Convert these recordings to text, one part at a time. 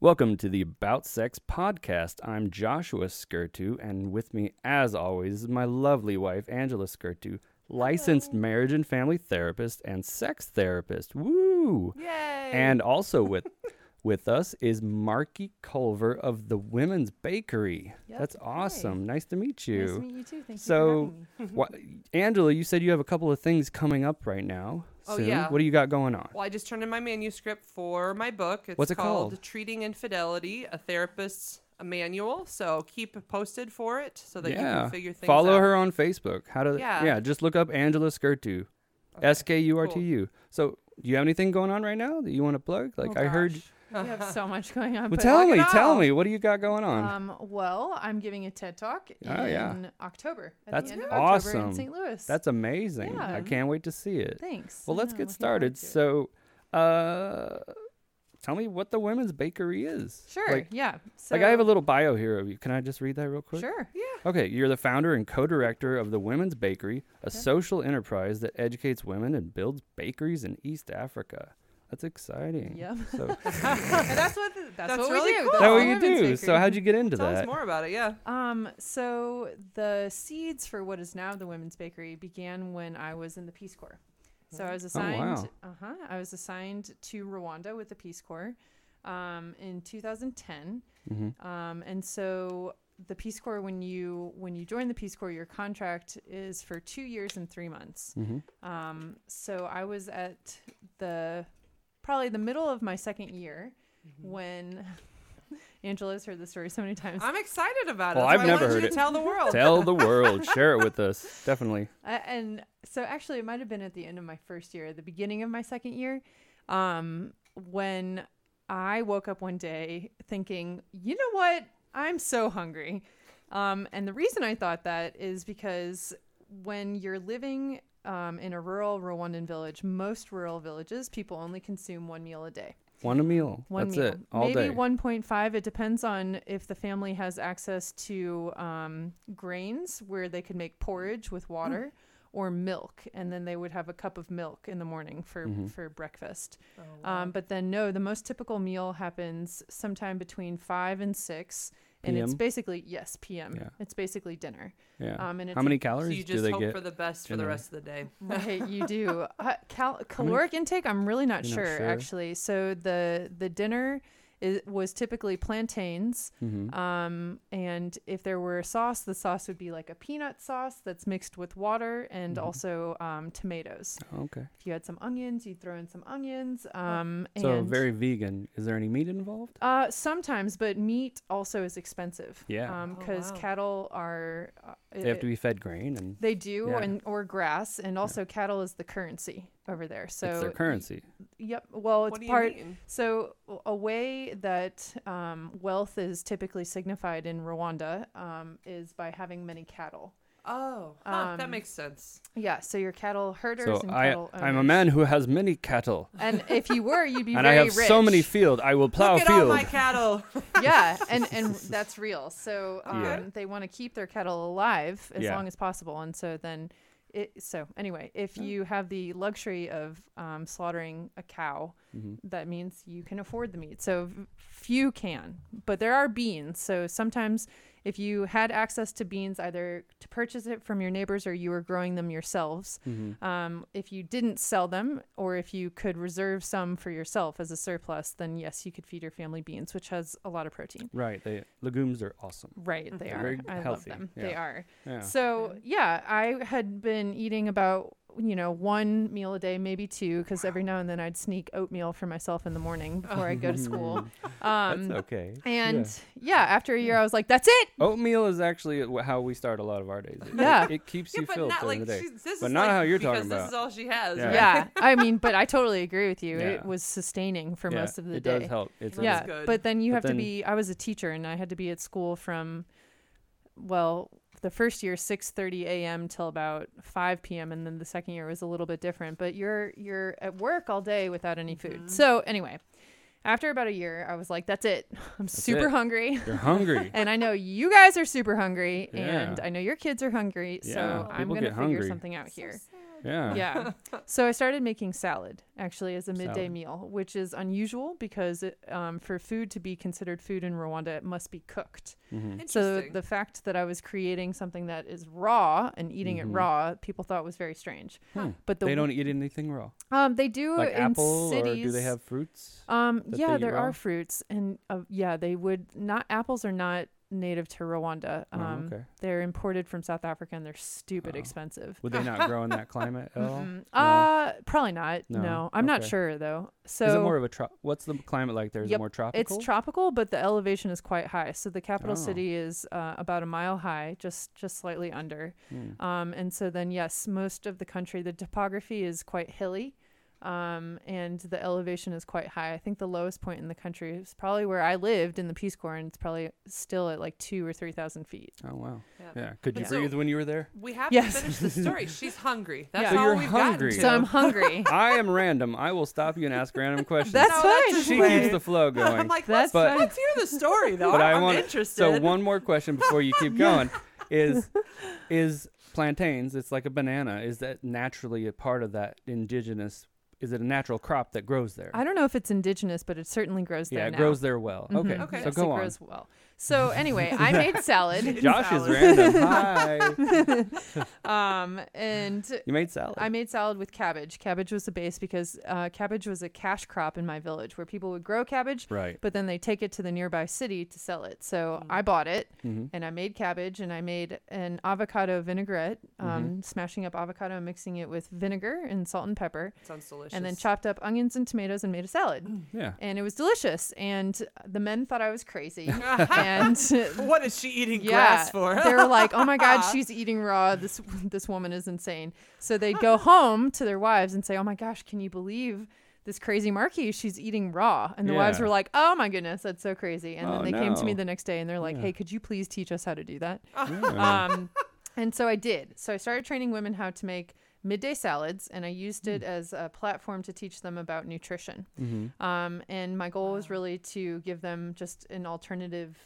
Welcome to the About Sex podcast. I'm Joshua Skirtu, and with me, as always, is my lovely wife, Angela Skirtu, licensed marriage and family therapist and sex therapist. Woo! Yay! And also with with us is Marky Culver of the Women's Bakery. Yep. That's Hi. awesome. Nice to meet you. nice to meet you too. Thank so, you wha- Angela, you said you have a couple of things coming up right now. Oh, soon. yeah. What do you got going on? Well, I just turned in my manuscript for my book. It's What's it called? Treating Infidelity, a Therapist's Manual. So keep posted for it so that you can figure things Follow out. her on Facebook. How to yeah. Yeah. just look up Angela Skirtu. S K U R T U. So do you have anything going on right now that you want to plug? Oh, Like I heard for having me. We have so much going on. Well but- tell plug it me, tell all. me, what do you got going on? Um, well, I'm giving a TED Talk in Oh, yeah. October. At That's the end of October awesome. in St. Louis. That's amazing. I yeah. can't wait to see it. thanks. Well I let's know, get looking started. forward to it. So uh tell me what the women's bakery is. sure. Like, yeah. So, like I have a little bio here of you. Can I just read that real quick? Sure. Yeah. Okay, you're the founder and co-director of the Women's Bakery, a social enterprise that educates women and builds bakeries in East Africa. That's exciting. Yep. So that's that's what that's, what really we do. cool. That's That what the you do. women's So bakery. how'd you get into Tell that? us more about it. Yeah. Um, so the seeds for what is now the Women's Bakery began when I was in the Peace Corps. So I was assigned. Uh-huh. I was assigned to Rwanda with the Peace Corps um, in 2010, um, and so the Peace Corps when you when you join the Peace Corps, your contract is for two years and three months. Um, so I was at the probably the middle of my second year when. Angela's heard this story so many times. I'm excited about it. Well, That's I've why never I wanted you heard it. to tell the world. Tell the world, share it with us. Definitely. Uh, and so actually, it might have been at the end of my first year, the beginning of my second year, um, when I woke up one day thinking, you know what? I'm so hungry. Um, and the reason I thought that is because when you're living um, in a rural Rwandan village, most rural villages, people only consume one meal a day. One meal. One That's meal. it. All Maybe day. 1.5. It depends on if the family has access to um, grains where they could make porridge Mm. with water or milk. And then they would have a cup of milk in the morning for, Mm-hmm. for breakfast. um, but then, no, the most typical meal happens sometime between 5 and 6. And it's PM? basically, yes, PM. Yeah. It's basically dinner. yeah. um, and How it's- many So calories you do just they hope get? for the best for the Generally. rest of the day. Right, you do. Uh, cal- caloric intake, I'm really not You're not sure, sure? actually. So the the dinner is, was typically plantains, Mm-hmm. um, and if there were a sauce, the sauce would be like a peanut sauce that's mixed with water and Mm-hmm. also um, tomatoes. okay. If you had some onions, you'd throw in some onions. Um, Oh. So and very vegan. Is there any meat involved? uh, sometimes, but meat also is expensive. Yeah. Oh, because wow. cattle are uh, They have to be fed grain and they do, Yeah. and or grass, and also cattle is the currency over there. So it's their currency. Yep. Well, it's What do you part. mean? So w- a way that um, wealth is typically signified in Rwanda um, is by having many cattle. Oh, huh, that Um, makes sense. Yeah. So your cattle herders So and I cattle. I'm a owners. man who has many cattle. And if you were, you'd be And I very have rich. so many field. I will plow Look at all field. my cattle. yeah, and and that's real. So um, Yeah. they want to keep their cattle alive as Yeah. long as possible, and so then. It, so anyway, if you have the luxury of um, slaughtering a cow, Mm-hmm. that means you can afford the meat. So v- few can, but there are beans. So sometimes, if you had access to beans, either to purchase it from your neighbors or you were growing them yourselves, Mm-hmm. um, if you didn't sell them or if you could reserve some for yourself as a surplus, then yes, you could feed your family beans, which has a lot of protein. Right. They legumes are awesome. Right, they They're are. Mm-hmm. very I love healthy, them. They yeah. are. Yeah. So yeah, I had been eating about you know one meal a day, maybe two, because every now and then I'd sneak oatmeal for myself in the morning before I go to school. Um, Mm-hmm. That's okay. and yeah. after a year, I was like, that's it. Oatmeal is actually wh- how we start a lot of our days. It- Yeah. It, keeps Yeah, you but filled not during like the day. she's, this but is not like, how you're because talking This about. is all she has. Yeah. right? Yeah, I mean, but I totally agree with you. Yeah. It was sustaining for Yeah, most of the it day. does help. It's That's yeah, good. but then you But have then- to be. I was a teacher, and I had to be at school from, well, the first year six thirty a.m. till about five p.m., and then the second year was a little bit different. But you're you're at work all day without any food. Mm-hmm. So anyway, after about a year, I was like, "That's it. I'm super it. hungry." you're hungry. And I know you guys are super hungry, Yeah. and I know your kids are hungry, Yeah, so I'm people gonna get figure hungry. something out here. Yeah. yeah. So I started making salad actually as a midday Salad. meal, which is unusual because it, um, for food to be considered food in Rwanda, it must be cooked. Mhm. So Interesting. the fact that I was creating something that is raw and eating Mhm. it raw, people thought was very strange. Hmm. But the They don't eat anything raw. um they do Like in apple, cities. or do they have fruits? Um, that yeah, they eat there raw? are fruits, and uh, yeah, they would not. Apples are not native to Rwanda. Oh, Um, okay. they're imported from South Africa, and they're stupid Oh. expensive. Would they not grow in that climate at all? Mm-mm. Uh, probably not. No? No, I'm not Okay. sure though. So is it more of a tro- what's the climate like there? Is it Yep, more tropical? it's tropical, but the elevation is quite high. So the capital Oh. city is uh, about a mile high, just just slightly under. Hmm. Um, and so then yes, most of the country, the topography is quite hilly, um, and the elevation is quite high. I think the lowest point in the country is probably where I lived in the Peace Corps, and it's probably still at like two or three thousand feet. oh wow. Yeah. Yeah. Could you But so- breathe when you were there? We have Yes. to finish the story. She's hungry. That's Yeah. how So you're we've hungry. gotten to. So I'm hungry. I am random. I will stop you and ask random questions. That's No, fine. that's just she weird. keeps the flow going. I'm like, That's let's, But- let's hear the story though. but I I'm wanna- interested. So one more question before you keep going is is plantains, it's like a banana, is that naturally a part of that indigenous is it a natural crop that grows there? I don't know if it's indigenous, but it certainly grows there yeah, it now. grows there well. Mm-hmm. Okay. Mhm. Okay. So Yes, go it on. grows well. So anyway, I made salad. Josh is Salad. random. Hi. Um, and You made salad. I made salad with cabbage. Cabbage was the base because uh, cabbage was a cash crop in my village where people would grow cabbage, right. but then they take it to the nearby city to sell it. So I bought it Mm-hmm. and I made cabbage and I made an avocado vinaigrette, Mm-hmm. um, smashing up avocado and mixing it with vinegar and salt and pepper, Sounds delicious. and then chopped up onions and tomatoes and made a salad. Yeah. And it was delicious. And the men thought I was crazy. and What is she eating grass for? they were like, "Oh my God, she's eating raw. This this woman is insane." So they'd go home to their wives and say, "Oh my gosh, can you believe this crazy Marky? She's eating raw." And the wives Yeah. were like, "Oh my goodness, that's so crazy." And Oh, then they came to me no. the next day and they're like, Yeah. "Hey, could you please teach us how to do that?" Yeah. Um, and so I did. So I started training women how to make midday salads, and I used Mm. it as a platform to teach them about nutrition. hmm Um, and my goal was really to give them just an alternative,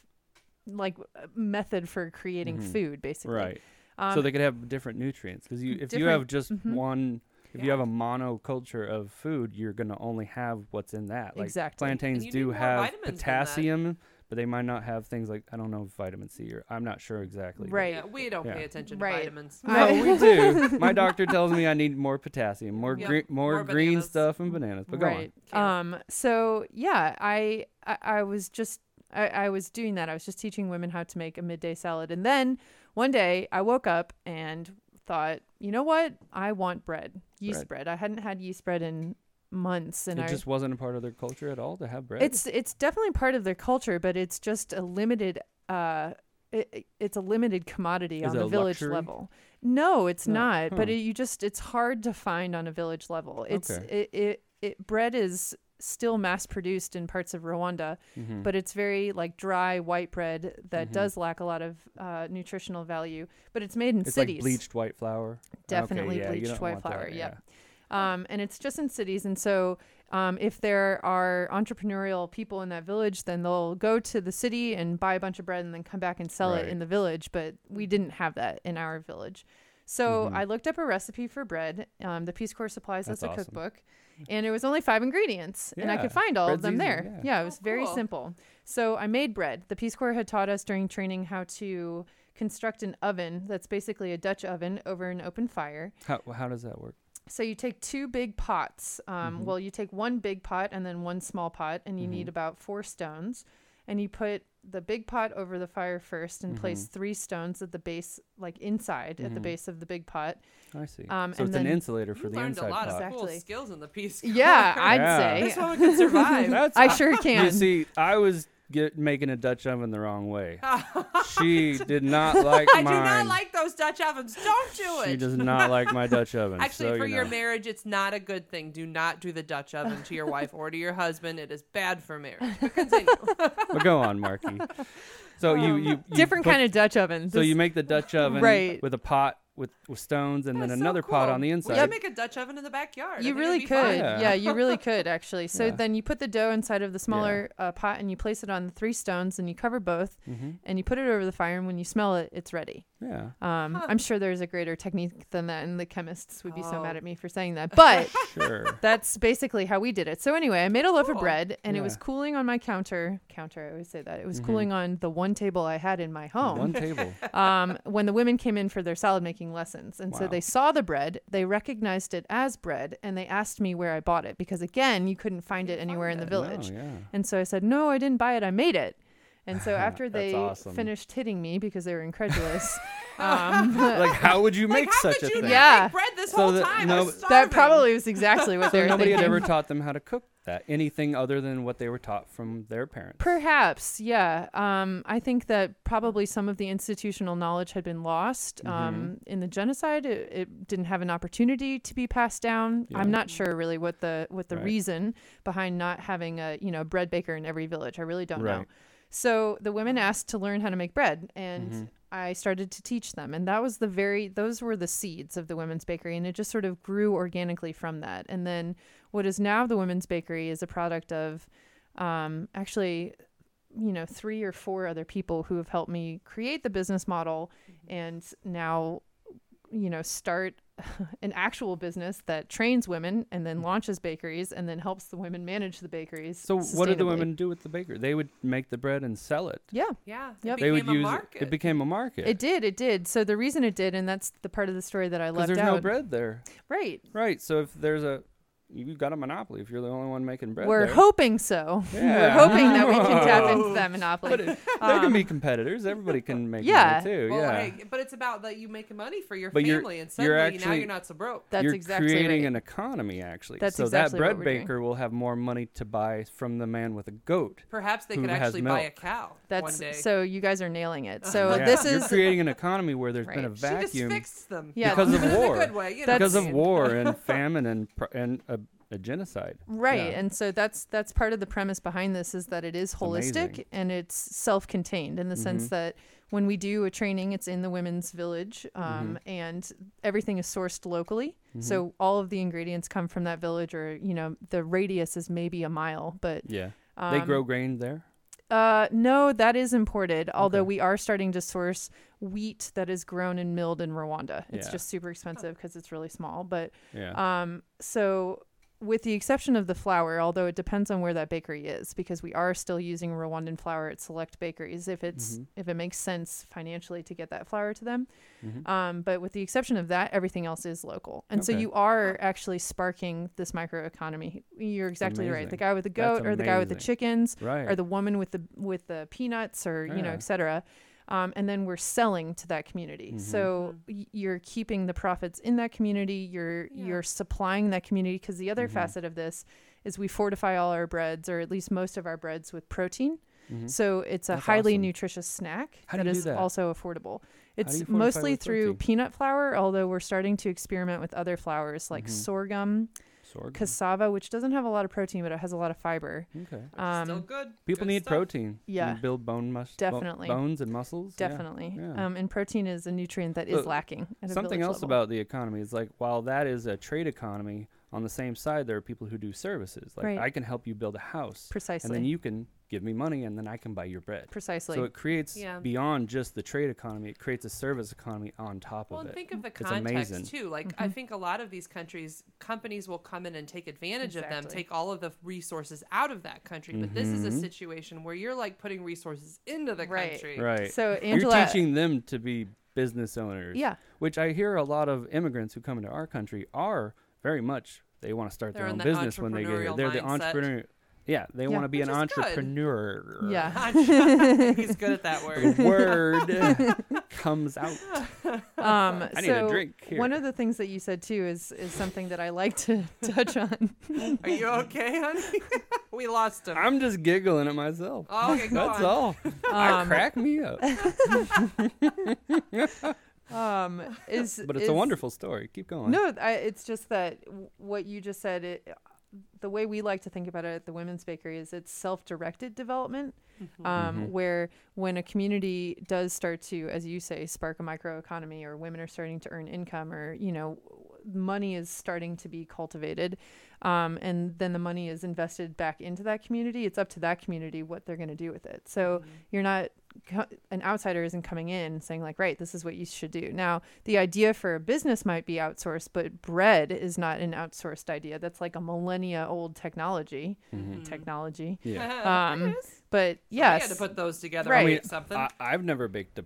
like uh, method for creating Mhm. food, basically. Right. Um, so they could have different nutrients because you if you different- have just mhm. one if you Yeah. have a monoculture of food, you're going to only have what's in that. Like Exactly. plantains you do need more have vitamins than that. potassium, but they might not have things like I don't know vitamin C or I'm not sure exactly. but- right. Yeah, we don't Yeah. pay attention Right. to vitamins. No, I- we do. My doctor tells me I need more potassium, more Yeah, green, more, more green bananas. stuff and bananas. But go on. right. Um. So yeah, I I, I was just. I, I was doing that. I was just teaching women how to make a midday salad. And then one day I woke up and thought, you know what? I want bread, yeast bread. I hadn't had yeast bread in months. And it I just wasn't a part of their culture at all to have bread. It's it's definitely part of their culture, but it's just a limited uh it, it- it's a limited commodity Is on it the a village luxury? level. No, it's No. not, but Huh. it, you just it's hard to find on a village level. It's Okay. it, it it bread is still mass produced in parts of Rwanda, Mhm. but it's very like dry white bread that Mhm. does lack a lot of uh, nutritional value, but it's made in it's cities. like bleached white flour. Definitely okay, yeah, you bleached don't white want that, flour, yep. yeah. um, and it's just in cities. And so, um, if there are entrepreneurial people in that village, then they'll go to the city and buy a bunch of bread and then come back and sell Right. it in the village. But we didn't have that in our village. So Mhm. I looked up a recipe for bread. Um, the Peace Corps supplies That's us a awesome. cookbook, and it was only five ingredients, and I Yeah, could find all bread's of them easy, there. yeah. Yeah, it was very cool. simple. So I made bread. The Peace Corps had taught us during training how to construct an oven that's basically a Dutch oven over an open fire. How how does that work? So you take two big pots. Um, Mm-hmm. Well, you take one big pot and then one small pot, and you need about four stones. And you put the big pot over the fire first, and place Mm-hmm. three stones at the base, like inside at the base of the big pot. I see. Um, so and it's an then- insulator for you the learned inside a lot pot. of cool Exactly. skills in the piece. Yeah, I'd Yeah. This say woman can survive. That's I sure You can. see, I was get, making a Dutch oven the wrong way. she did not like I do mine. not like those Dutch ovens. Don't do it. She does not like my Dutch oven. Actually, so for you your know. marriage, it's not a good thing. Do not do the Dutch oven to your wife or to your husband. It is bad for marriage. But continue. But go on, Marky. So you, you, you Um, Different put- kind of Dutch oven. So This- you make the Dutch oven Right. with a pot with, with stones and That then is so another pot cool. on the inside. We should make a Dutch oven in the backyard. I You think it'd really be could. fun. Yeah. Yeah. you really could actually. So Yeah. then you put the dough inside of the smaller uh, pot and you place it on the three stones and you cover both Mhm. and you put it over the fire and when you smell it, it's ready. Yeah. Um, Huh. I'm sure there's a greater technique than that and the chemists would be so Oh. mad at me for saying that. But Sure. that's basically how we did it. So anyway, I made a loaf of Cool. bread and it was Yeah. Mm-hmm. cooling on my counter. Counter, I always say that. It was cooling on the one table I had in my Oh. home One table. um, when the women came in for their salad making lessons. And so Wow. they saw the bread, they recognized it as bread, and they asked me where I bought it because, again, you couldn't find it Couldn't anywhere in find the it. village. Oh, yeah. And so I said, No, I didn't buy it, I made it. And so after That's they awesome. finished hitting me because they were incredulous, um, Like, how would you Like, make how such could a you thing? not Yeah. make bread this So whole that- time? no, I'm but- that starving. probably was exactly what they were Nobody thinking. had ever taught them how to cook that anything other than what they were taught from their parents. Perhaps, yeah. Um, I think that probably some of the institutional knowledge had been lost Mm-hmm. um, in the genocide. It, it didn't have an opportunity to be passed down. Yeah. I'm not sure really what the what the Right. reason behind not having a you know bread baker in every village. I really don't know. Right. So the women asked to learn how to make bread, and Mm-hmm. I started to teach them, and that was the very those were the seeds of the women's bakery, and it just sort of grew organically from that. And then what is now the women's bakery is a product of um, actually you know three or four other people who have helped me create the business model Mm-hmm. and now you know start an actual business that trains women and then launches bakeries and then helps the women manage the bakeries Mm-hmm. So what did the sustainably. women do with the baker? They would make the bread and sell it. yeah Yeah. Yep. It they would became a use market. it. It became a market. it did it did so the reason it did and that's the part of the story that i because left there's out no bread there. right Right. So if there's a, you've got a monopoly. If you're the only one making bread, we're there. hoping so we're Yeah. hoping that we can tap into Whoa. that monopoly But it, there can be competitors. Everybody can make um, Yeah. money too. Well, yeah. hey, but it's about that you making money for your But you're- family, and you're suddenly now actually- you're not so broke. that's you're exactly creating right. an economy actually. That's so exactly what that we're bread doing. baker will have more money to buy from the man with a goat. Perhaps they who could has actually buy a milk. cow that's one day. so you guys are nailing it so Yeah. this you're is creating an economy where there's been a Right. she just vacuum fixed them. Yeah, because of in a war. good way, you know. That's- because of That's- war and famine and pr- and a, a genocide. right Yeah. and so that's that's part of the premise behind this is that it is holistic amazing. Mm-hmm. and it's self-contained in the sense that when we do a training it's in the women's village Mm-hmm. um, and everything is sourced locally so all of the ingredients come from that village or you know the radius is maybe a mile but Yeah. they grow grain there. Um, uh, no that is imported although we are starting to source wheat that is grown and milled in rwanda it's Yeah. just super expensive because it's really small but Yeah. um, so with the exception of the flour, although it depends on where that bakery is, because we are still using Rwandan flour at select bakeries if it's Mm-hmm. if it makes sense financially to get that flour to them. Um, but with the exception of that, everything else is local, and so Mm-hmm. Okay. you are actually sparking this microeconomy. You're exactly right. The amazing. guy with the That's goat, or the guy with the amazing. chickens, right. or the woman with the with the peanuts or you know Yeah. et cetera um, and then we're selling to that community Mm-hmm. so y- you're keeping the profits in that community you're Yeah. you're supplying that community because the Mm-hmm. other facet of this is we fortify all our breads or at least most of our breads with protein so it's a Mm-hmm. That's highly awesome. nutritious snack How do that you do is that? also affordable it's fortify mostly with through protein? peanut flour although we're starting to experiment with other flours like Mm-hmm. sorghum Sorghum. cassava which doesn't have a lot of protein but it has a lot of fiber Okay. Which is still um, good. People Good need stuff. protein. You Yeah. build bone muscles. Definitely. bones and muscles. Yeah. Definitely. yeah. Um, and protein is a nutrient that is Look, lacking. At a Something village else level. about the economy is like while that is a trade economy, on the same side there are people who do services. Like Right. I can help you build a house, and Precisely. then you can give me money, and then I can buy your bread. precisely. So it creates Yeah. beyond just the trade economy; it creates a service economy on top Well, of and it. think of the It's amazing. context too. Like I Mm-hmm. think a lot of these countries, companies will come in and take advantage of them, Exactly. take all of the resources out of that country. But this Mm-hmm. is a situation where you're like putting resources into the Right. country. right. So You're Angela, teaching them to be business owners. Yeah. Which I hear a lot of immigrants who come into our country are very much they want to start They're their in own that business when they get here. entrepreneurial They're the mindset. entrepreneur. Yeah, they want to be Which an is good. entrepreneur. yeah, He's good at that word. The word comes out. um, I need a so drink one here. of the things that you said too is is something that I like to touch on. Are you okay, honey? we lost him. I'm just giggling at myself. Oh, okay, go That's on. all. I Um, crack me up. Um, is But it's is- a wonderful story. Keep going. No, I, it's just that w- what you just said. It, the way we like to think about it at the Women's Bakery is it's self-directed development, um, where when a community does start to, as you say, spark a microeconomy, or women are starting to earn income, or you know, money is starting to be cultivated, um, and then the money is invested back into that community. It's up to that community what they're going to do with it. So you're not co- an outsider isn't coming in saying like, right, this is what you should do. Now the idea for a business might be outsourced, but bread is not an outsourced idea. That's like a millennia old technology. Technology. Mm-hmm. Yeah. Um, but Yeah, yes. to put those together Right. right. I mean, something. I, I've never baked a,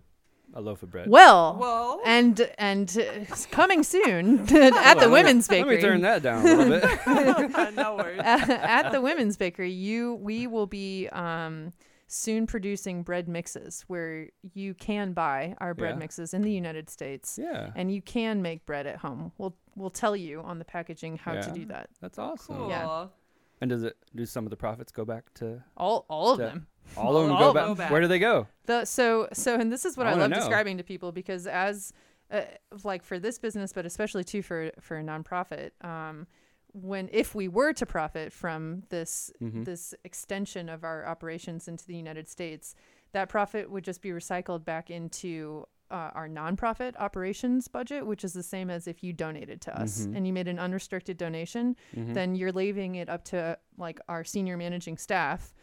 a loaf of bread. well, Well. and and uh, it's coming soon at the Well, let me- women's Let bakery. me turn that down a little bit. no worries. at the women's bakery, you we will be um, soon producing bread mixes where you can buy our bread Yeah. mixes in the United States, yeah. and you can make bread at home. We'll we'll tell you on the packaging how to Yeah. do that. That's awesome. Cool. Yeah. And does it do some of the profits go back to All all of Yeah. them. all of them all go of back? them. Go Where do they go? The so so and this is what I I, wanna love know. describing to people because as uh, like for this business, but especially too for for a nonprofit, um, when if we were to profit from this Mm-hmm. this extension of our operations into the United States, that profit would just be recycled back into. Uh, our nonprofit operations budget, which is the same as if you donated to us Mm-hmm. and you made an unrestricted donation, then you're leaving it up to like our senior managing staff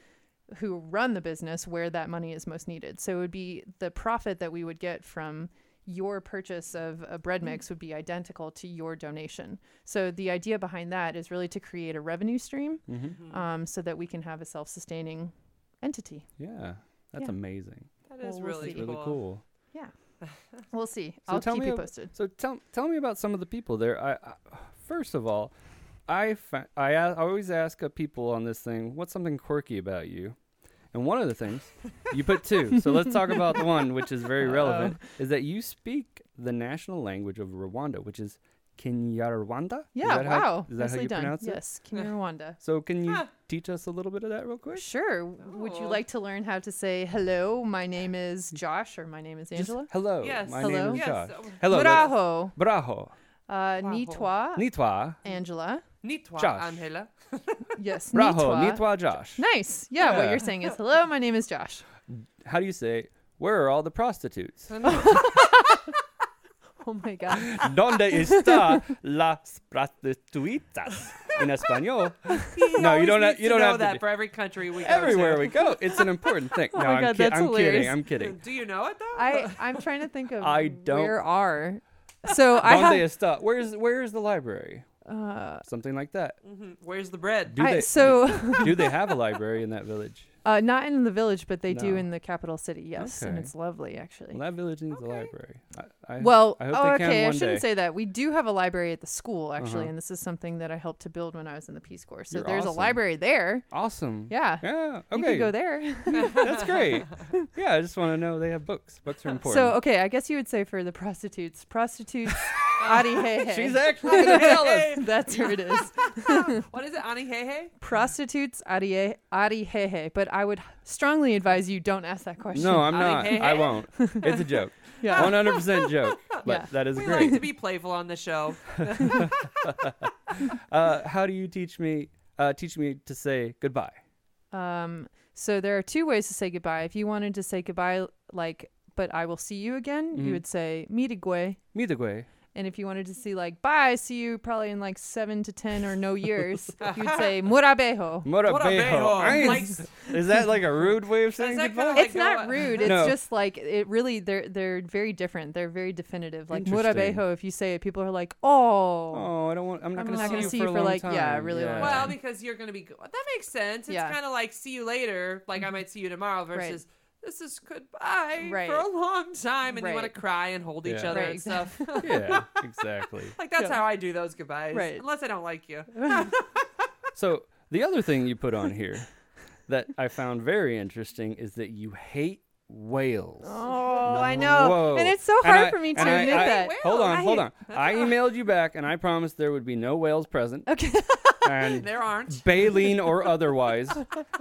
who run the business where that money is most needed. So it would be the profit that we would get from your purchase of a Mm-hmm. bread mix would be identical to your donation. So the idea behind that is really to create a revenue stream Mm-hmm. um, so that we can have a self sustaining entity. Yeah. That's Yeah. amazing. That is Well, we'll really, see. Really cool. cool. Yeah. We'll see. So I'll tell keep me you ab- posted. So tell tell me about some of the people there. I, I first of all, I fa- I, a- I always ask uh, people on this thing, what's something quirky about you? And one of the things you put two. So let's talk about the one which is very relevant is that you speak the national language of Rwanda, which is Kinyarwanda. Is Yeah, that how- wow. is that Nicely how you done. pronounce it? Yes, Kenya Rwanda. So can you Huh. teach us a little bit of that real quick? Sure. W- Would you Oh. like to learn how to say hello? My name is Josh or my name is Just Angela? hello. Yes. My Hello. name is Yes. Josh. Oh. Hello. let's- Bravo. Braho. Uh, ni Bravo. toi, Nitwa. Angela. Nitwa, Josh. Angela. Yes, Braho. Nitwa. Nitwa Josh. Nice. Yeah, Yeah. what you're saying is, hello, my name is Josh. How do you say, where are all the prostitutes? Oh my god. Donde está las prostituitas? In Espanol. He No, you always don't have- needs you to don't know have to that be- for every country we go Everywhere to. we go, it's an important thing. no, Oh my I'm, kid- God, that's I'm kidding. hilarious. I'm kidding. Do you know it though? I I'm trying to think of I don't- where are. So I Donde have uh, está? Where's Where's the library? Something like that. Mhm. Where's the bread? Do I, they so Do they have a library in that village? uh, not in the village, but they do No. in the capital city. Yes, and Okay. it's lovely actually. Well, that village needs a Okay. library. I, I, Well, I hope oh, they can okay. I one shouldn't day. say that. We do have a library at the school, actually, Uh-huh. and this is something that I helped to build when I was in the Peace Corps. So You're there's awesome. a library there. awesome. Yeah. Yeah. Okay. You could go there. That's great. Yeah, I just want to know they have books. Books are important. So okay, I guess you would say for the prostitutes, prostitutes, adi hey hey. She's actually going to tell us. That's who it is. what is it, Ani Hehe? Prostitutes, adi adi hey hey. But I would strongly advise you don't ask that question. No, I'm not. Okay. I won't. It's a joke. Yeah. 100% joke. But Yeah. that is We great. like to be playful on the show. uh, how do you teach me uh, teach me to say goodbye? Um, so there are two ways to say goodbye. If you wanted to say goodbye, like, but I will see you again, Mm-hmm. you would say mitigwe. Midagwe. And if you wanted to see like bye, see you probably in like seven to ten or no years, you'd say murabeho. Morabejo. Morabejo. I ain't- Like- Is that like a rude way of saying that goodbye? kinda like- it's not God. rude. It's No. just like it really. They're they're very different. They're very definitive. Like Interesting. Murabejo, if you say it, people are like, oh, oh, I don't want. I'm not I'm going to not see gonna you see for you a for, long like, time. yeah, a really long Well, time. because you're going to be. go- That makes sense. It's Yeah. Mm-hmm. kind of like see you later. Like I might see you tomorrow versus this is goodbye Right. for a long time, and you want Right. to cry and hold each Yeah. other Right, and stuff. yeah, exactly. like that's Yeah. how I do those goodbyes, Right. unless I don't like you. So the other thing you put on here that I found very interesting is that you hate whales. oh, I know, Whoa. and it's so And hard I- for me to and I- admit I- that. Whales. Hold on, I hold hate- on. I emailed you back and I promised there would be no whales present. Okay. and There aren't. Baleen or otherwise,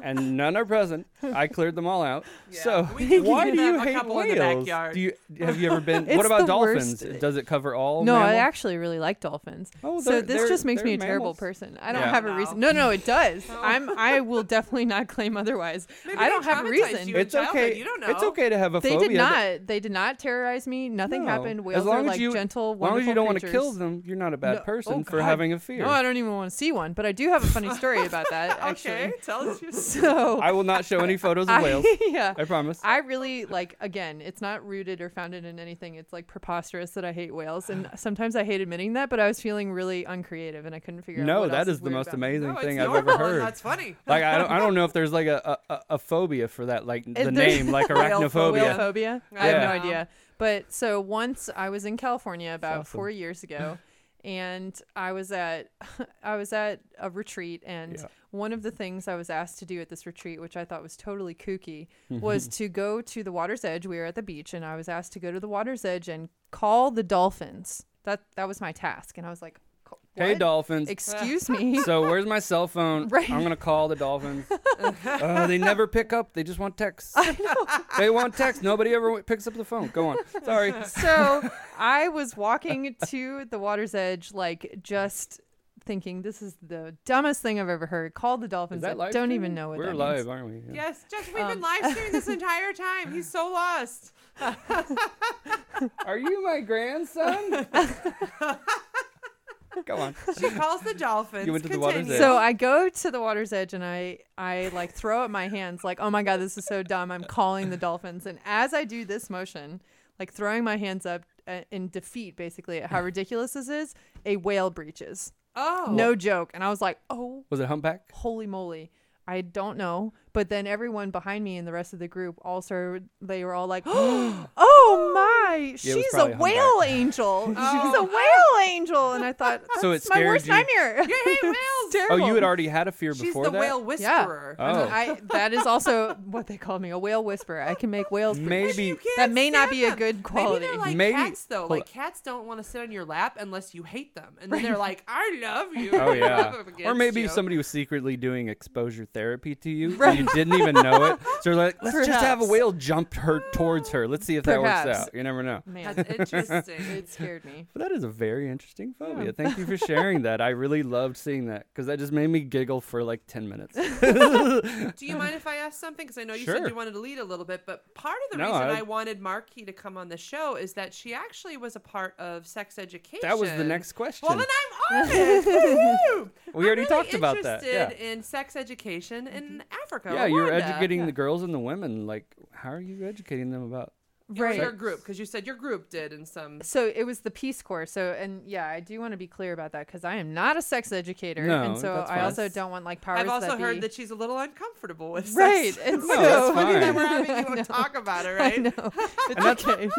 and none are present. I cleared them all out. Yeah, So we can why give do them you a hate couple in the whales? backyard. do you have you ever been? It's what about the dolphins? worst. Does it cover all? No, I mammals? actually really like dolphins. Oh, so they're- this they're- just makes they're me a terrible mammals. person. I don't Yeah. have a No. reason. No, no, it does. I'm. I will definitely not claim otherwise. Maybe I they don't have a traumatized reason. you in It's okay. childhood, you don't It's know. okay to have a They phobia. did not. They did not terrorize me. Nothing No. happened. Whales as long are as like you, gentle, as long as you wonderful don't want to creatures. kill them, you're not a bad No- person oh, for God. having a fear. No, I don't even want to see one. But I do have a funny story about that. Actually, Okay, tell us your so I will not show any photos of whales. I, yeah. I promise. I really like again, it's not rooted or founded in anything. It's like preposterous that I hate whales and sometimes I hate admitting that, but I was feeling really uncreative and I couldn't figure out no, what that else is the weird most about it. amazing No, it's thing I've normal ever and heard. That's funny. Like I don't, I don't know if there's like a, a, a- a phobia for that, like the And there's- name, like Whale pho- arachnophobia. whalephobia? I have no Yeah. idea. But so once I was in California about awesome. four years ago, and I was at I was at a retreat, and Yeah. one of the things I was asked to do at this retreat, which I thought was totally kooky, Mm-hmm. was to go to the water's edge. We were at the beach, and I was asked to go to the water's edge and call the dolphins. That that was my task, and I was like, "Ca- Hey what? dolphins. Excuse me." so where's my cell phone? Right. I'm gonna call the dolphins. Uh, they never pick up. They just want texts. They want texts. Nobody ever w- picks up the phone. Go on. Sorry. so I was walking to the water's edge, like just thinking, this is the dumbest thing I've ever heard. Call the Is dolphins. that I live? don't even streaming? know what We're that live, means. aren't we? Yeah. Yes, Josh, Um, we've been live streaming this entire time. He's so lost. Are you my grandson? Go on. She calls the dolphins. went to the water's Continue. edge. So I go to the water's edge and I I like throw up my hands like, oh my god, this is so dumb. I'm calling the dolphins. And as I do this motion, like throwing my hands up uh, in defeat, basically at how ridiculous this is, a whale breaches. oh No joke. And I was like, oh Was it humpback? holy moly i don't know but then everyone behind me and the rest of the group also they were all like oh my Yeah, it was she's a probably whale Humpback. angel she's a Oh. whale angel and i thought that's So it my scared worst you. nightmare You hate It's whales. Oh, terrible. you had already had a fear she's before the that. whale yeah whisperer. Oh. I, that is also what they call me a whale whisperer i can make whales breach. Maybe You can't that may not stand be a them. good Maybe quality they're like Maybe- cats though. hold Like on. cats don't want to sit on your lap unless you hate them, and then they're like, "I love you." Oh yeah. Up or against maybe you. somebody was secretly doing exposure therapy to you and you didn't even know it. So they're like, let's just have a Perhaps. whale jump her towards her. Let's see if that works Perhaps. out. You never know. man That's interesting. it scared me But that is a very interesting phobia. Thank you for sharing that. I really loved seeing that because that just made me giggle for like ten minutes. Do you mind if I ask something? Because I know you Sure. said you wanted to lead a little bit, but part of the No, reason I- I... wanted Marquee to come on the show is that she actually was a part of sex education. that was the next question. Well, then I'm on it. Woohoo! we already I'm really talked about that. Yeah. Interested in sex education in Mm-hmm. Africa. Yeah, you're Rwanda. educating the girls and the women. Like, how are you educating them about? Or right your group because you said your group did in some. So it was the Peace Corps. So and yeah, I do want to be clear about that because I am not a sex educator, No, and so that's I fine. also don't want like powers I've also that be. heard that she's a little uncomfortable with sex. right, and No, so that's Funny fine. that we're having you talk about it, right? I know. It's okay.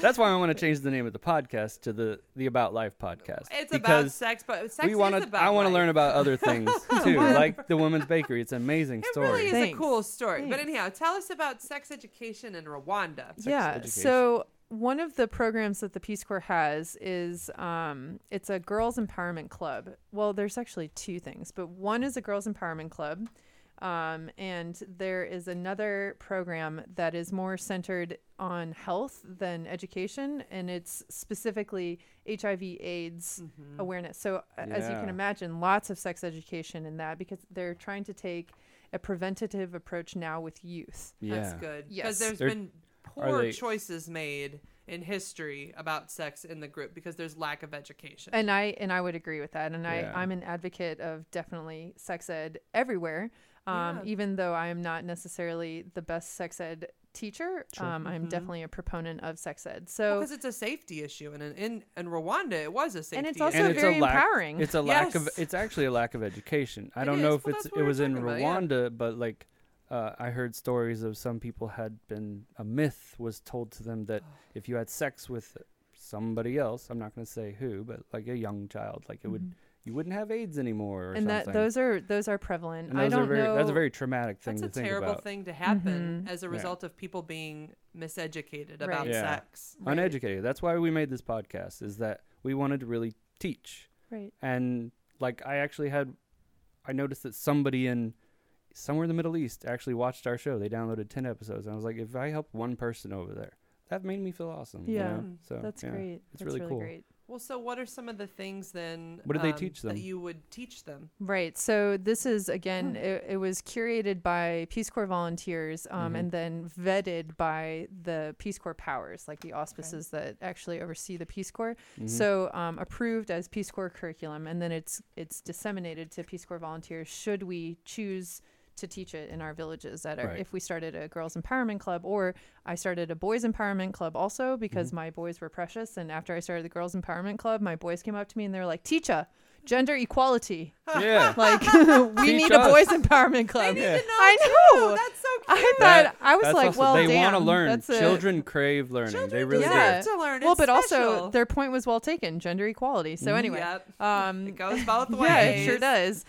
That's why I want to change the name of the podcast to the the About Life podcast. It's about because sex, but sex we wanna, is about. I want to life. learn about other things too, like the women's bakery. It's an amazing It story. really is Thanks. a cool story. But Thanks. anyhow, tell us about sex education in Rwanda. yeah. education. So one of the programs that the Peace Corps has is um, it's a girls empowerment club. Well, there's actually two things, but one is a girls empowerment club. Um, and there is another program that is more centered on health than education, and it's specifically HIV/AIDS Mm-hmm. awareness. So, a- as you Yeah. can imagine, lots of sex education in that because they're trying to take a preventative approach now with youth. yeah. That's good. Yes. Because there's They're- been are poor they- choices made in history about sex in the group because there's lack of education. and i and i would agree with that and Yeah. i i'm an advocate of definitely sex ed everywhere um Yeah. even though i am not necessarily the best sex ed teacher um i'm Mm-hmm. definitely a proponent of sex ed so because it's a safety issue, and in, in, in Rwanda it was a safety it's issue. also and it's very a lack, empowering. It's a lack of. Yes. It's actually a lack of education. I It don't know is. if Well, it's that's what it we're was in talking about, yeah. Rwanda, but like uh, I heard stories of some people had been a myth was told to them Oh. that if you had sex with somebody else, I'm not going to say who, but like a young child, like it would Mm-hmm. you wouldn't have AIDS anymore or and that something. those are those are prevalent and i those don't are very know that's a very traumatic thing That's to a think terrible about. thing to happen as a Yeah. result of people being miseducated about Mm-hmm. Yeah. Right. sex. Right. Uneducated. That's why we made this podcast. Is that we wanted to really teach right and like I actually had I noticed that somebody in somewhere in the Middle East actually watched our show. They downloaded ten episodes, and I was like, if I help one person over there, that made me feel awesome. you Yeah. know? Mm. so That's yeah. great. It's That's really really, cool. great. Well, so what are some of the things then? um, What do they teach them? That you would teach them. Right. So this is again, it, it was curated by Peace Corps volunteers, um, Mhm. and then vetted by the Peace Corps powers, like the auspices that actually oversee the Peace Corps. Mhm. So um, approved as Peace Corps curriculum, and then it's it's disseminated to Peace Corps volunteers. Should we choose to teach it in our villages, at our, Right. if we started a girls empowerment club, or I started a boys empowerment club also because my boys were precious, and after I started the girls empowerment club, my boys came up to me and they were like, "Teacher, gender equality." yeah, Like we Teach need a us. boys empowerment club. Yeah. No, I too. know. That's so cute. I thought That- I was That's like, also- well, they damn, want to learn. That's a- Children crave learning. they really deserve do. Yeah. yeah. to learn. well, It's but special. Mm-hmm. also their point was well taken. Gender equality. So anyway, Yep. um, it goes both ways. yeah, it sure does.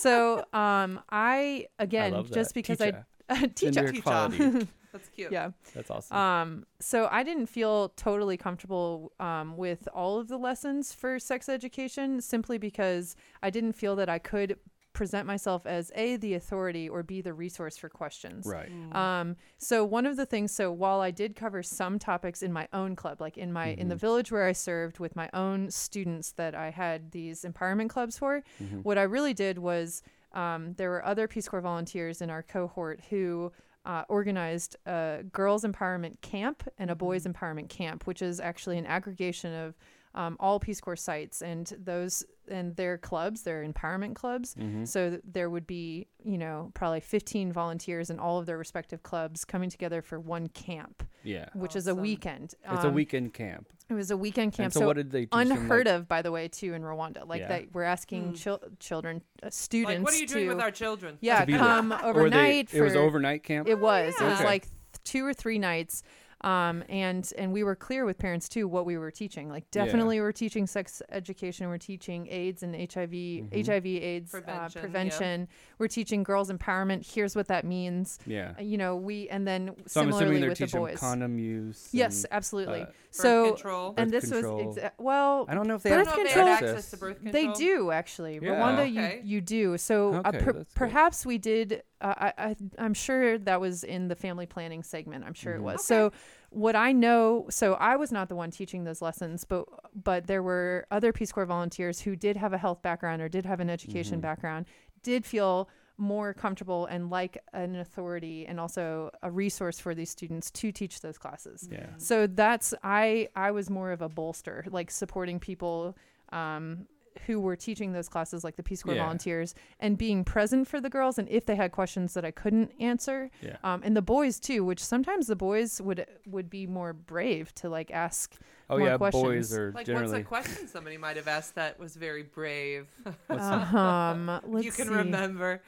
so um, I again Mm-hmm. love just that. because Teacher. I uh, Gender teacher, Teacher. equality. That's cute. yeah. That's awesome. Um, so I didn't feel totally comfortable um, with all of the lessons for sex education simply because I didn't feel that I could present myself as a the authority or b the resource for questions. right. Um, so one of the things, so while I did cover some topics in my own club, like in my in the village where I served with my own students that I had these empowerment clubs for, what I really did was um, there were other Peace Corps volunteers in our cohort who. Uh, organized a girls empowerment camp and a boys empowerment camp, which is actually an aggregation of um, all Peace Corps sites and those and their clubs, their empowerment clubs. Mm-hmm. So th- there would be, you know, probably 15 volunteers in all of their respective clubs coming together for one camp, Yeah. which is a Awesome. weekend. it's a Um, weekend camp. It was a weekend camp. And so, what did they teach them, like- unheard of, by the way, too in Rwanda. Like Yeah. that, we're asking chil- children, uh, students, Hmm. Like, what are you doing to with our children? yeah to be there? come Or were they- overnight. it was for- overnight camp. it was. It was Oh, yeah. like th- two or three nights. Um, and and we were clear with parents too what we were teaching. Like Yeah. definitely we're teaching sex education. We're teaching AIDS and HIV, Mm-hmm. HIV AIDS Prevention, uh, yeah. prevention. We're teaching girls empowerment. Here's what that means. yeah. Uh, You know, we and then So I'm similarly assuming they're with the teaching them boys. condom use. yes, and- absolutely. uh, Birth so control. and Birth this control. was exa- well. uh, I don't know if they have Birth I don't know if control- They had access to birth They control. do actually. Yeah. Rwanda, Okay. you you do. So uh, Okay, per- that's good. perhaps we did. Uh, I, I I'm sure that was in the family planning segment. I'm sure Mm-hmm. it was. So what I know, so I was not the one teaching those lessons, but but there were other Peace Corps volunteers who did have a health background or did have an Mm-hmm. education background, did feel more comfortable and like an authority and also a resource for these students to teach those classes Yeah. so that's i i was more of a bolster like supporting people um who were teaching those classes like the peace corps Yeah. volunteers and being present for the girls and if they had questions that i couldn't answer Yeah. um, and the boys too which sometimes the boys would would be more brave to like ask Oh more yeah, questions boys are Like, what's a generally. question somebody might have asked that was very brave? um let's you can see. remember.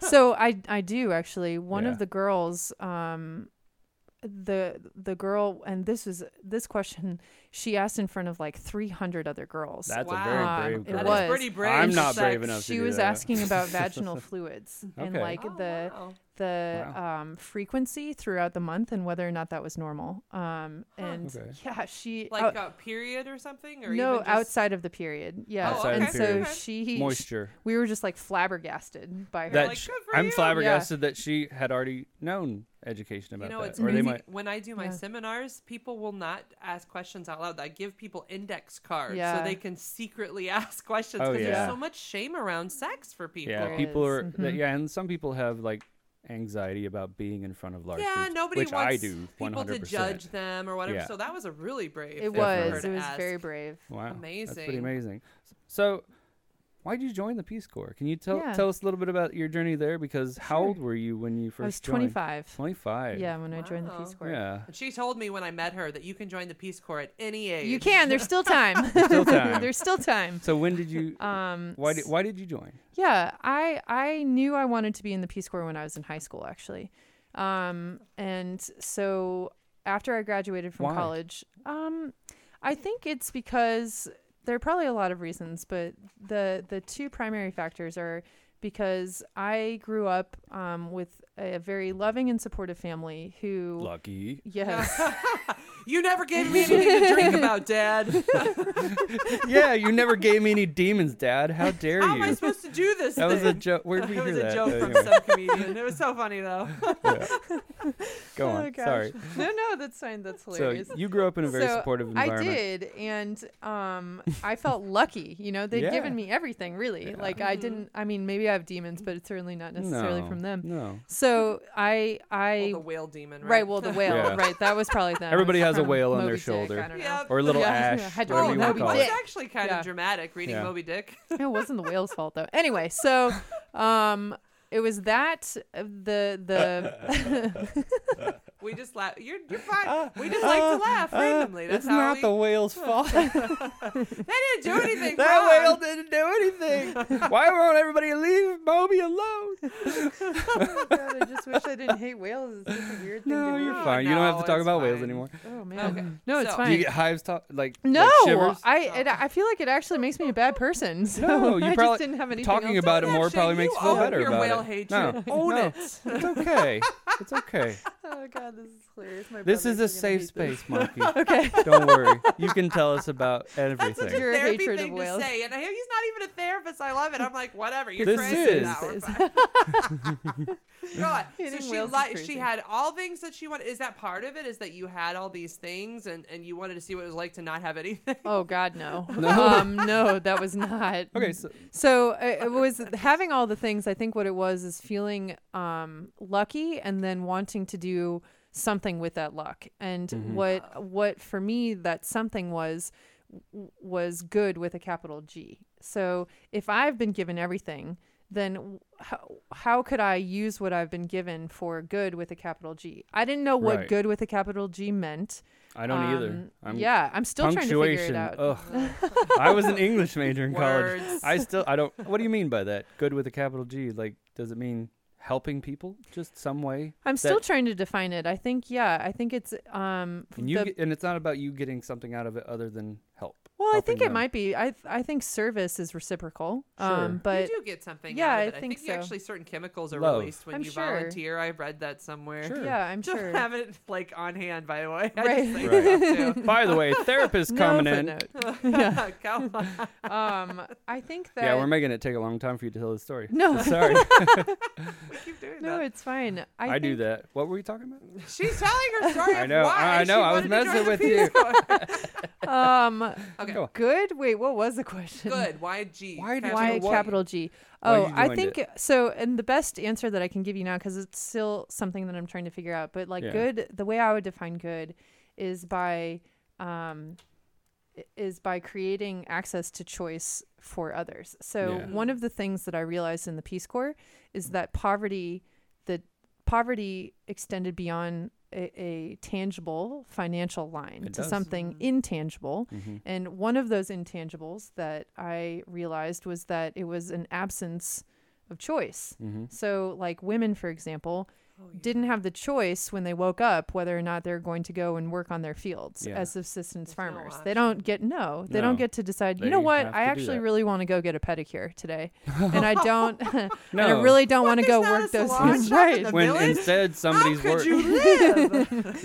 so I I do actually. One Yeah. of the girls, um, the the girl, and this is this question she asked in front of like 300 other girls. That's Wow. a very Um, brave it girl. That was. is pretty brave. I'm for not sex. brave enough to she do was that. asking about vaginal fluids and uh, Okay. like Oh, the uh, wow. the Wow. um, frequency throughout the month and whether or not that was normal. Um, and Okay. yeah, she like oh, a period or something, or no even just, outside of the period. Yeah, Outside of and the period. so she Moisture. We were just like flabbergasted by her. That like, sh- good for I'm you. flabbergasted that she had already known education about You know, that, it's or they crazy. might. When I do my Yeah. seminars, people will not ask questions out loud. I give people index cards Yeah. so they can secretly ask questions Oh, because yeah. there's so much shame around sex for people. Mm-hmm. Yeah, There people is, are. that- yeah, and some people have like anxiety about being in front of large Yeah, groups, nobody which wants I do. people 100%. to judge them or whatever. Yeah. So that was a really brave. It thing for her was. to It was ask. very brave. Wow, That's pretty Amazing. amazing. So, why did you join the Peace Corps? Can you tell Yeah. tell us a little bit about your journey there? Because how Sure. old were you when you first? I was joined? 25. 25. Yeah, when I joined the Peace Wow. Corps. Yeah. And she told me when I met her that you can join the Peace Corps at any age. You can. There's still time. Still time. There's still time. So when did you? Um, why did why did you join? yeah, I I knew I wanted to be in the Peace Corps when I was in high school, actually. Um, and so after I graduated from Why? college, um, I think it's because there are probably a lot of reasons, but the the two primary factors are because I grew up um, with a very loving and supportive family who Lucky. yes You never gave me anything to drink about, Dad. yeah, you never gave me any demons, Dad. How dare How am you? I supposed to do this? that was a then? joke. Where'd we It hear was a that? joke Uh, from anyway, some comedian. It was so funny though. yeah. Go on. Oh, gosh. Sorry. No, no, that's fine. That's hilarious. So you grew up in a very So, supportive I environment. did, and um, I felt lucky. You know, they'd Yeah. given me everything, really. Yeah. Like I didn't. I mean, maybe I have demons, but it's certainly not necessarily No, from them. No. So I, I, Well, the whale demon, right? right. Well, the whale, Yeah. right. That was probably them. Everybody It was has a from whale on their Moby Dick, shoulder. I don't know. Yep. Or a little Yeah. Yeah, Oh, ash. had whatever to roll you want that to Moby call was it. Dick. actually kind Yeah. of dramatic reading Yeah. Moby Dick. it wasn't the whale's fault though. Anyway, so um it was that uh, the the We just laugh. You're, you're fine. We just like to laugh randomly. That's Ah, it's not how we. the whale's fault. that They didn't do anything wrong. whale didn't do anything. Why won't everybody leave Moby alone? oh God, I just wish I didn't hate whales. It's such a weird thing No, to you're do. No, fine. you don't have to no, talk it's about whales fine. anymore. Oh man. Okay, No, it's so- Do fine. you get hives, to- like no, like shivers? I it, I feel like it actually makes me a bad person. So Oh, No, you I probably- just didn't have anything talking else about it Don't more have probably shame. makes You you feel own better your about whale it. hatred. No, Own no, it. It's okay. It's okay. To... Oh god, this is hilarious. My This is brothers a are safe gonna hate this. space, monkey. Okay. Don't worry. You can tell us about That's such a everything. Your therapy hatred of thing to whales. say, and I, he's not even a therapist. I love it. I'm like, whatever. You're This crazy. is- now. We're This fine. God. So Hitting she whales is li- crazy. she had all things that she wanted. Is that part of it? Is that you had all these things and and you wanted to see what it was like to not have anything? Oh God, no. No? Um, no, that was not. Okay, so So uh, it was having all the things. I think what it was is feeling um, lucky and then wanting to do something with that luck. And Mm-hmm. what what for me that something was w- was good with a capital G. So if I've been given everything, then w- how, how could I use what I've been given for good with a capital G? I didn't know what Right. good with a capital G meant. I don't either. Um, I'm yeah, I'm still trying to figure punctuation. it out. Ugh. I was an English major in college. Words. I still I don't. What do you mean by that? Good with a capital G. Like, does it mean helping people just some way? I'm still that- trying to define it. I think, yeah, I think it's um. And you the- get, and it's not about you getting something out of it other than help. well, I think helping it them. might be. I th- I think service is reciprocal. Sure. Um, but you do get something. Yeah, out of I it. I think you so. actually certain chemicals are Love. released when I'm you sure. volunteer. I read that somewhere. Sure. yeah, I'm Don't sure. have it like on hand, by the way. I Right. just think Right. that too. By the way, therapist No coming in. footnote. Come on. Um, I think that. Yeah, we're making it take a long time for you to tell the story. No. sorry, We keep doing no, that. it's fine. I, I, do think- that. What were we talking about? She's telling her story. I of know, Why I know, She I was wanted to messing join the with Peace you. Corps. Um, Okay. Go on. good. Wait, what was the question? Good. Why G? Why did you Why Capital what? capital G? Why Oh, you I joined it. think so. And the best answer that I can give you now, because it's still something that I'm trying to figure out, but like Yeah. good, the way I would define good is by, um, i- is by creating access to choice for others. So Yeah. one of the things that I realized in the Peace Corps is that poverty, that poverty extended beyond a, a tangible financial line It to does. something intangible. And one of those intangibles that I realized was that it was an absence of choice. Mm-hmm. So, like women, for example, Oh, didn't have the choice when they woke up whether or not they're going to go and work on their fields Yeah. as subsistence There's no farmers. they don't get no, they No. don't get to decide. They you know what? have I to do actually that." really want to go get a pedicure today, and I don't. and I No. really don't want to go there's not work a those salon things. shop in Right. the When Village? instead How somebody's could wor- you live?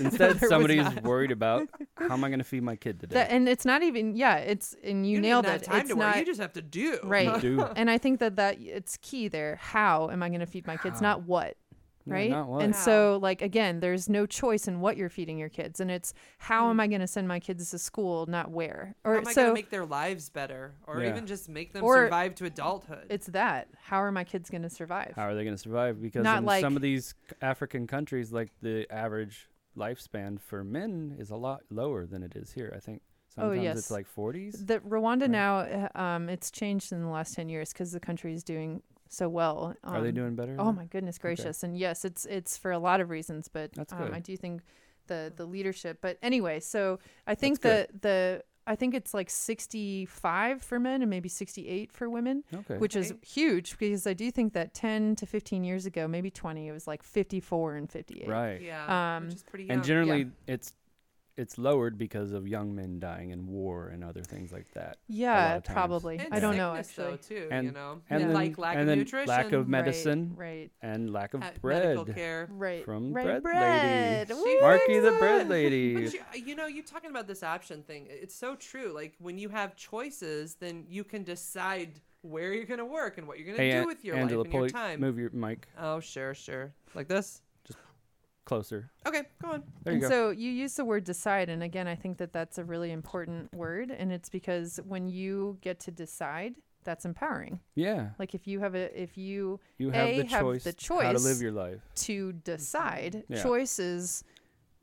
instead was somebody's not. worried about how am I going to feed my kid today? That, and it's not even yeah. It's and you, You nailed didn't have it. Time it's to not work. You just have to do. Right. do. and I think that that it's key there. How am I going to feed my kids? Not what. Yeah, Right. not what. And How. so, like, again, there's no choice in what you're feeding your kids. And it's how am I Mm. going to send my kids to school, not where? How Or am I going so to make their lives better, or Yeah. even just make them Or- survive to adulthood? it's that. How are my kids going to survive? How are they going to survive? Because Not in like- some of these c- African countries, like the average lifespan for men is a lot lower than it is here. I think Oh, sometimes yes. it's like 40s. The Rwanda now, uh, um, it's changed in the last 10 years because the country is doing so well. Um, are they doing better? Oh there? my goodness gracious! And yes, it's it's for a lot of reasons, but That's um, good. I do think the the leadership. But anyway, so I think the good. the I think it's like sixty five for men and maybe sixty eight for women, Okay. which is huge because I do think that ten to fifteen years ago, maybe twenty, it was like fifty four and fifty eight. right. yeah. Um, which is pretty. And young. generally, it's it's lowered because of young men dying in war and other things like that. Yeah, of times. probably. And I don't know sickness, actually. Though, too, you And- know, and then- like lack and of then nutrition, lack of medicine Right. and lack of at medical bread care. Right. from bread, right. bread. lady. Woo! Marky the bread lady. But you, you know, you talking about this option thing. It's so true. Like when you have choices, then you can decide where you're gonna work and what you're gonna Hey, do An- with your Angela, life and your pull- time. move your mic Oh, sure, sure. Like this. closer. Okay, go on. There you and go. so you use the word decide, and again, I think that that's a really important word, and it's because when you get to decide, that's empowering. yeah, Like if you have a, if you you have, A, the, have choice the how to choice. live your life. to decide Yeah. choices,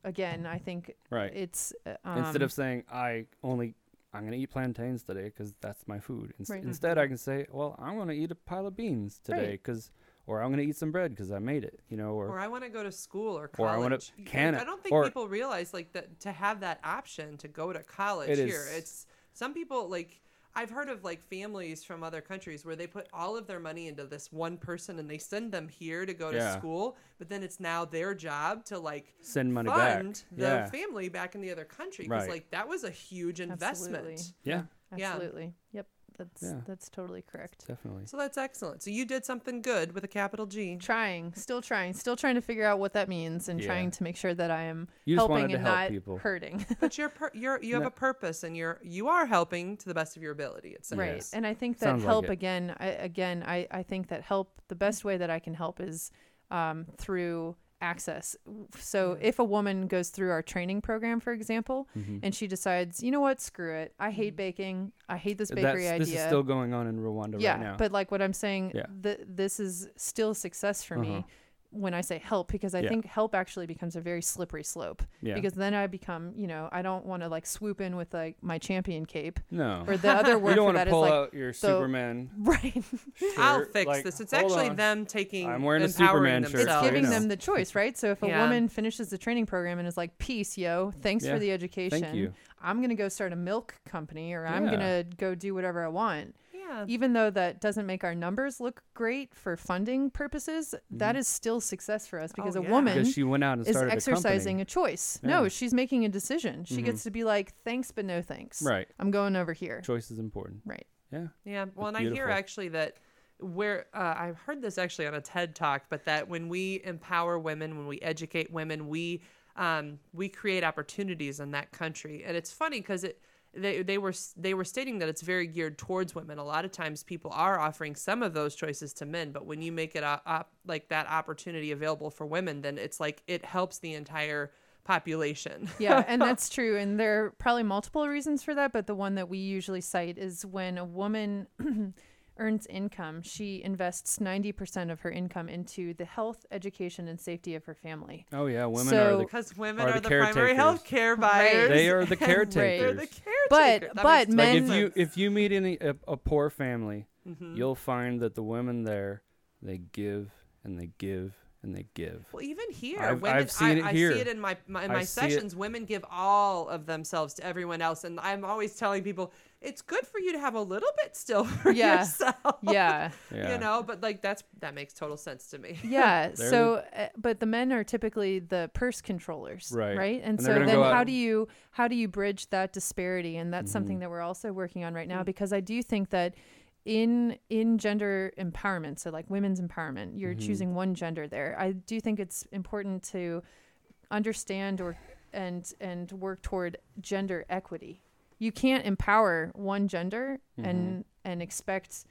again, I think Right. it's uh, um, Instead of saying I only I'm gonna eat plantains today because that's my food. Ins- Right. Instead, I can say, well, I'm gonna eat a pile of beans today Right. because, or I'm gonna eat some bread because I made it. You know, or, Or I want to go to school or Or college. I wanna- You- can I it- don't think or- people realize like that to have that option to go to college It here. is- It's some people like I've heard of like families from other countries where they put all of their money into this one person and they send them here to go Yeah. to school, but then it's now their job to like send money back. fund the Yeah. family back in the other country because Right. like that was a huge investment. Absolutely. yeah, Yeah. Absolutely. Yep. That's Yeah. that's totally correct. definitely. So that's excellent. So you did something good with a capital G. Trying, still trying, still trying to figure out what that means, and Yeah. trying to make sure that I am You just wanted helping and to help not people. hurting. But you're, per- you're you have No. a purpose and you're you are helping to the best of your ability. It sounds. right Yes. and i think that Sounds like help it. again I, again I, I think that help the best way that i can help is um, through access so Mm. if a woman goes through our training program for example Mm-hmm. and she decides you know what screw it i hate baking i hate this bakery Mm. Uh, That's- This idea is still going on in Rwanda yeah right now. but like what i'm saying Yeah. th- this is still success for Uh-huh. me when i say help because i Yeah. think help actually becomes a very slippery slope yeah. because then i become you know i don't want to like swoop in with like my champion cape no, or the other word you don't for want that to is pull like out your Superman. Right. I'll shirt, fix like, this. It's hold actually on. them taking I'm wearing a empowering Superman shirt, so themselves. It's giving know. them the choice, right? So if a Yeah. woman finishes the training program and is like, peace, yo, thanks Yeah. for the education. you. I'm going to go start a milk company or I'm Yeah. going to go do whatever I want. Yeah. Even though that doesn't make our numbers look great for funding purposes, that is still success for us because Oh, a yeah. woman Mm-hmm. Because she went out and is started exercising a a choice. Yeah. No, she's making a decision. She gets to be like, thanks, but no thanks. company. Right, I'm going over here. choice is important. Right. Yeah, Yeah. Well, and It's I hear beautiful. actually that where uh, I've heard this actually on a TED talk, but that when we empower women, when we educate women, we um, we create opportunities in that country, and it's funny because it. They, they were s- they were stating that it's very geared towards women. A lot of times, people are offering some of those choices to men, but when you make it op- op- like that opportunity available for women, then it's like it helps the entire population. yeah, and that's true. And there are probably multiple reasons for that, but the one that we usually cite is when a woman earns income, she invests 90% of her income into the health, education, and safety of her family. Oh yeah, women are So- the Because women Are are, the the, primary caretakers. health care buyers. they are the They're caretakers. the caretakers. But- That like makes but men- if you if you meet any a, a poor family, Mm-hmm. you'll find that the women there they give and they give and they give. Well, even here, I've- women, I've seen I, it I here. see it in my, my in I my see it. sessions. Women give all of themselves to everyone else, and I'm always telling people it's good for you to have a little bit still for Yeah. yourself. Yeah. Yeah. you know, but like that's that makes total sense to me. Yeah. They're so, uh, but the men are typically the purse controllers, Right. Right. And And, they're so gonna then, go out how and- Mm-hmm. do you how do you bridge that disparity? And that's something that we're also working on right now because I do think that in in gender empowerment, so like women's empowerment, you're Mm-hmm. choosing one gender there. I do think it's important to understand or and and work toward gender equity. You can't empower one gender Mm-hmm. and and expect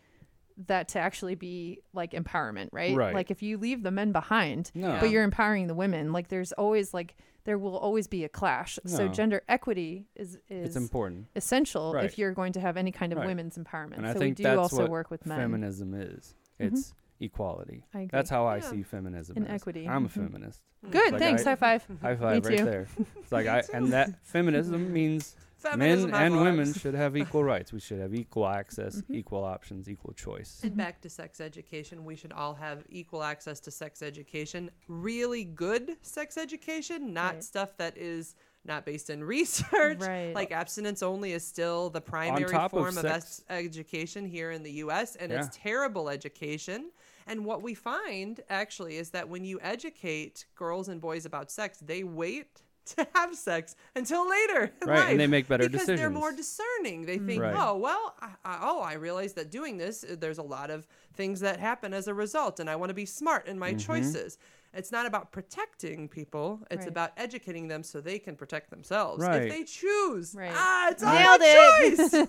that to actually be like empowerment, right? Right. Like if you leave the men behind, No. but you're empowering the women, like there's always like there will always be a clash. So No. gender equity is it's is important. essential Right. if you're going to have any kind of Right. women's empowerment. And I so think we do that's also what work with men. Feminism is it's equality. I agree. That's how I Yeah. see feminism. Mm-hmm. And as. equity. I'm a Mhm. feminist. Good, Like, thanks. I- high five. Mm-hmm. High five right too. there. It's like I and that feminism means Feminism men and at women large. should have equal rights. We should have equal access, Mm-hmm. equal options, equal choice. And back to sex education, we should all have equal access to sex education. Really good sex education, not Right. stuff that is not based in research. Right. Like abstinence only is still the primary top of form of, sex- es- education here in the US, and it's Yeah. terrible education. And what we find actually is that when you educate girls and boys about sex, they wait to have sex until later. in Right, and life they make better because They're more decisions. discerning. They think, Right. oh well, I, I, oh I realize that doing this, uh, there's a lot of things that happen as a result, and I want to be smart in Mm-hmm. my choices. It's not about protecting people; it's Right. about educating them so they can protect themselves Right. if they choose. Right. Ah, it's all Nailed my it.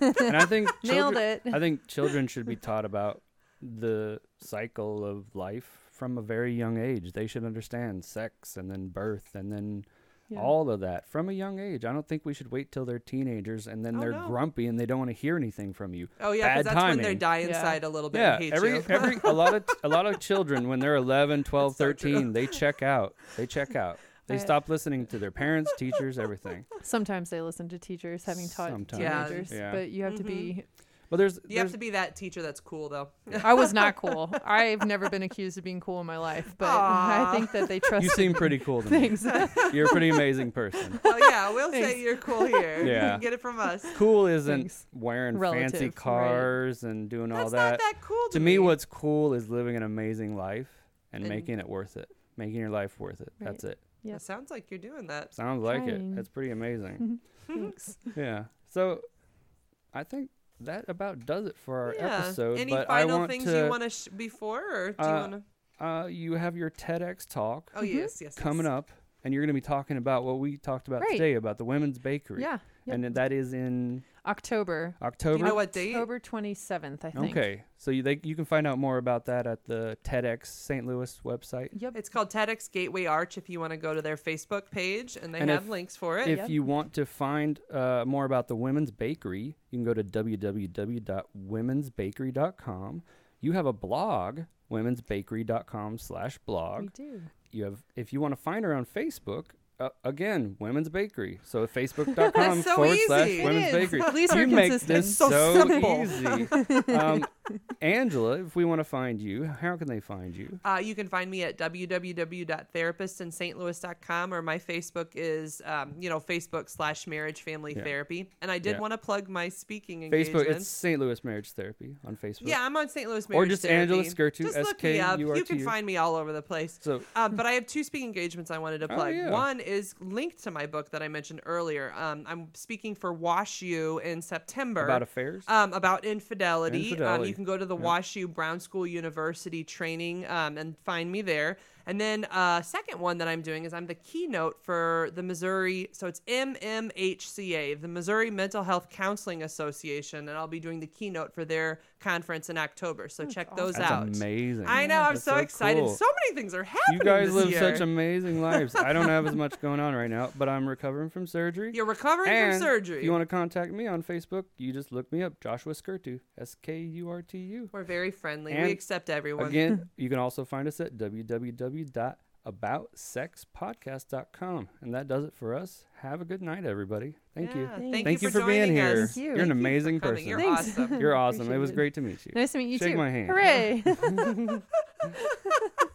choice. and I think Nailed children- it. I think children should be taught about the cycle of life from a very young age. They should understand sex and then birth and then Yeah. all of that from a young age. I don't think we should wait till they're teenagers and then Oh, they're no. grumpy and they don't want to hear anything from you. Oh yeah, Bad because that's when they timing. die Yeah. inside a little bit. Yeah, and hate every you. every a lot of a lot of children when they're 11, 12, so true. 13, they check out. They check out. They I- stop listening to their parents, teachers, everything. Sometimes they listen to teachers, having taught Sometimes. Yeah. teenagers, Yeah. but you have to be. Well, there's you have there's- to be that teacher that's cool though. Mm-hmm. I was not cool. I've never been accused of being cool in my life, but I Aw. think that they trust you seem pretty cool to me. things. You're a pretty amazing person. Oh yeah, we'll Thanks. say you're cool here. You Yeah. can get it from us. cool isn't Thanks. wearing Relative, fancy right. cars and doing all That's that. not that cool to, to me, what's cool is living an amazing life and, And- making it worth it, making your life worth it. That's it. Yep. It sounds like you're doing that. Sounds like Trying. it. That's pretty amazing. Thanks. yeah. So, I think that about does it for our yeah. episode. Any but I final want things to. you want to sh- before, or do you Uh, want to? uh, you have your TEDx talk Oh yes, yes. Mm-hmm. coming up, and you're going to be talking about what we talked about Right. today about the women's bakery. Yeah. Yep. And that is in October. October. You know what date? October 27th, I think. Okay, so you, they, you can find out more about that at the TEDx St. Louis website. Yep. It's called TEDx Gateway Arch. If you want to go to their Facebook page, and they And have if- links for it. If Yep. you want to find uh, more about the Women's Bakery, you can go to www.womensbakery.com. You have a blog, womensbakery.com slash Mm. We blog. do. You have, if you want to find her on Facebook, uh, again, Women's Bakery. So facebook.com so forward slash easy. It Women's is. Bakery. At least you we're make consistent. this So so simple. easy. Um, Angela, if we want to find you, how can they find you? Uh, you can find me at www.therapistinstlouis.com or my Facebook is, um, you know, Facebook slash marriage family Yeah. therapy. And I did Yeah. want to plug my speaking Facebook. It's engagements. St. Louis Marriage Therapy on Facebook. yeah, I'm on St. Louis Or Marriage just Therapy. Angela Skirtu, Just look me up. You can SKURTU. find me all over the place. So Um, but I have two speaking engagements I wanted to Oh, plug. yeah. One is linked to my book that I mentioned earlier. Um, I'm speaking for Wash U in September about affairs. um, about infidelity. Um, Infidelity. you can go to the WashU Brown School University training um, and find me there. And then uh, second one that I'm doing is I'm the keynote for the Missouri, so it's MMHCA, the Missouri Mental Health Counseling Association, and I'll be doing the keynote for their conference in October. So check those That's out. amazing. I know. I'm That's so, excited. cool. So many things are happening. you guys this live year. such amazing lives. I don't have as much going on right now, but I'm recovering from surgery. You're recovering and from surgery. If you want to contact me on Facebook, you just look me up, Joshua Skirtu, S K U R T U. We're very friendly. And we accept everyone. Again, you can also find us at www.aboutsexpodcast.com. And that does it for us. Have a good night, everybody. Thank you. Yeah, Thank, Thank you you for being joining here. us. Thank you. You're an Thank you for amazing coming. person. You're Thanks. awesome. You're awesome. It was great Appreciate to meet you. Nice to meet you Shake too. my hand. Hooray.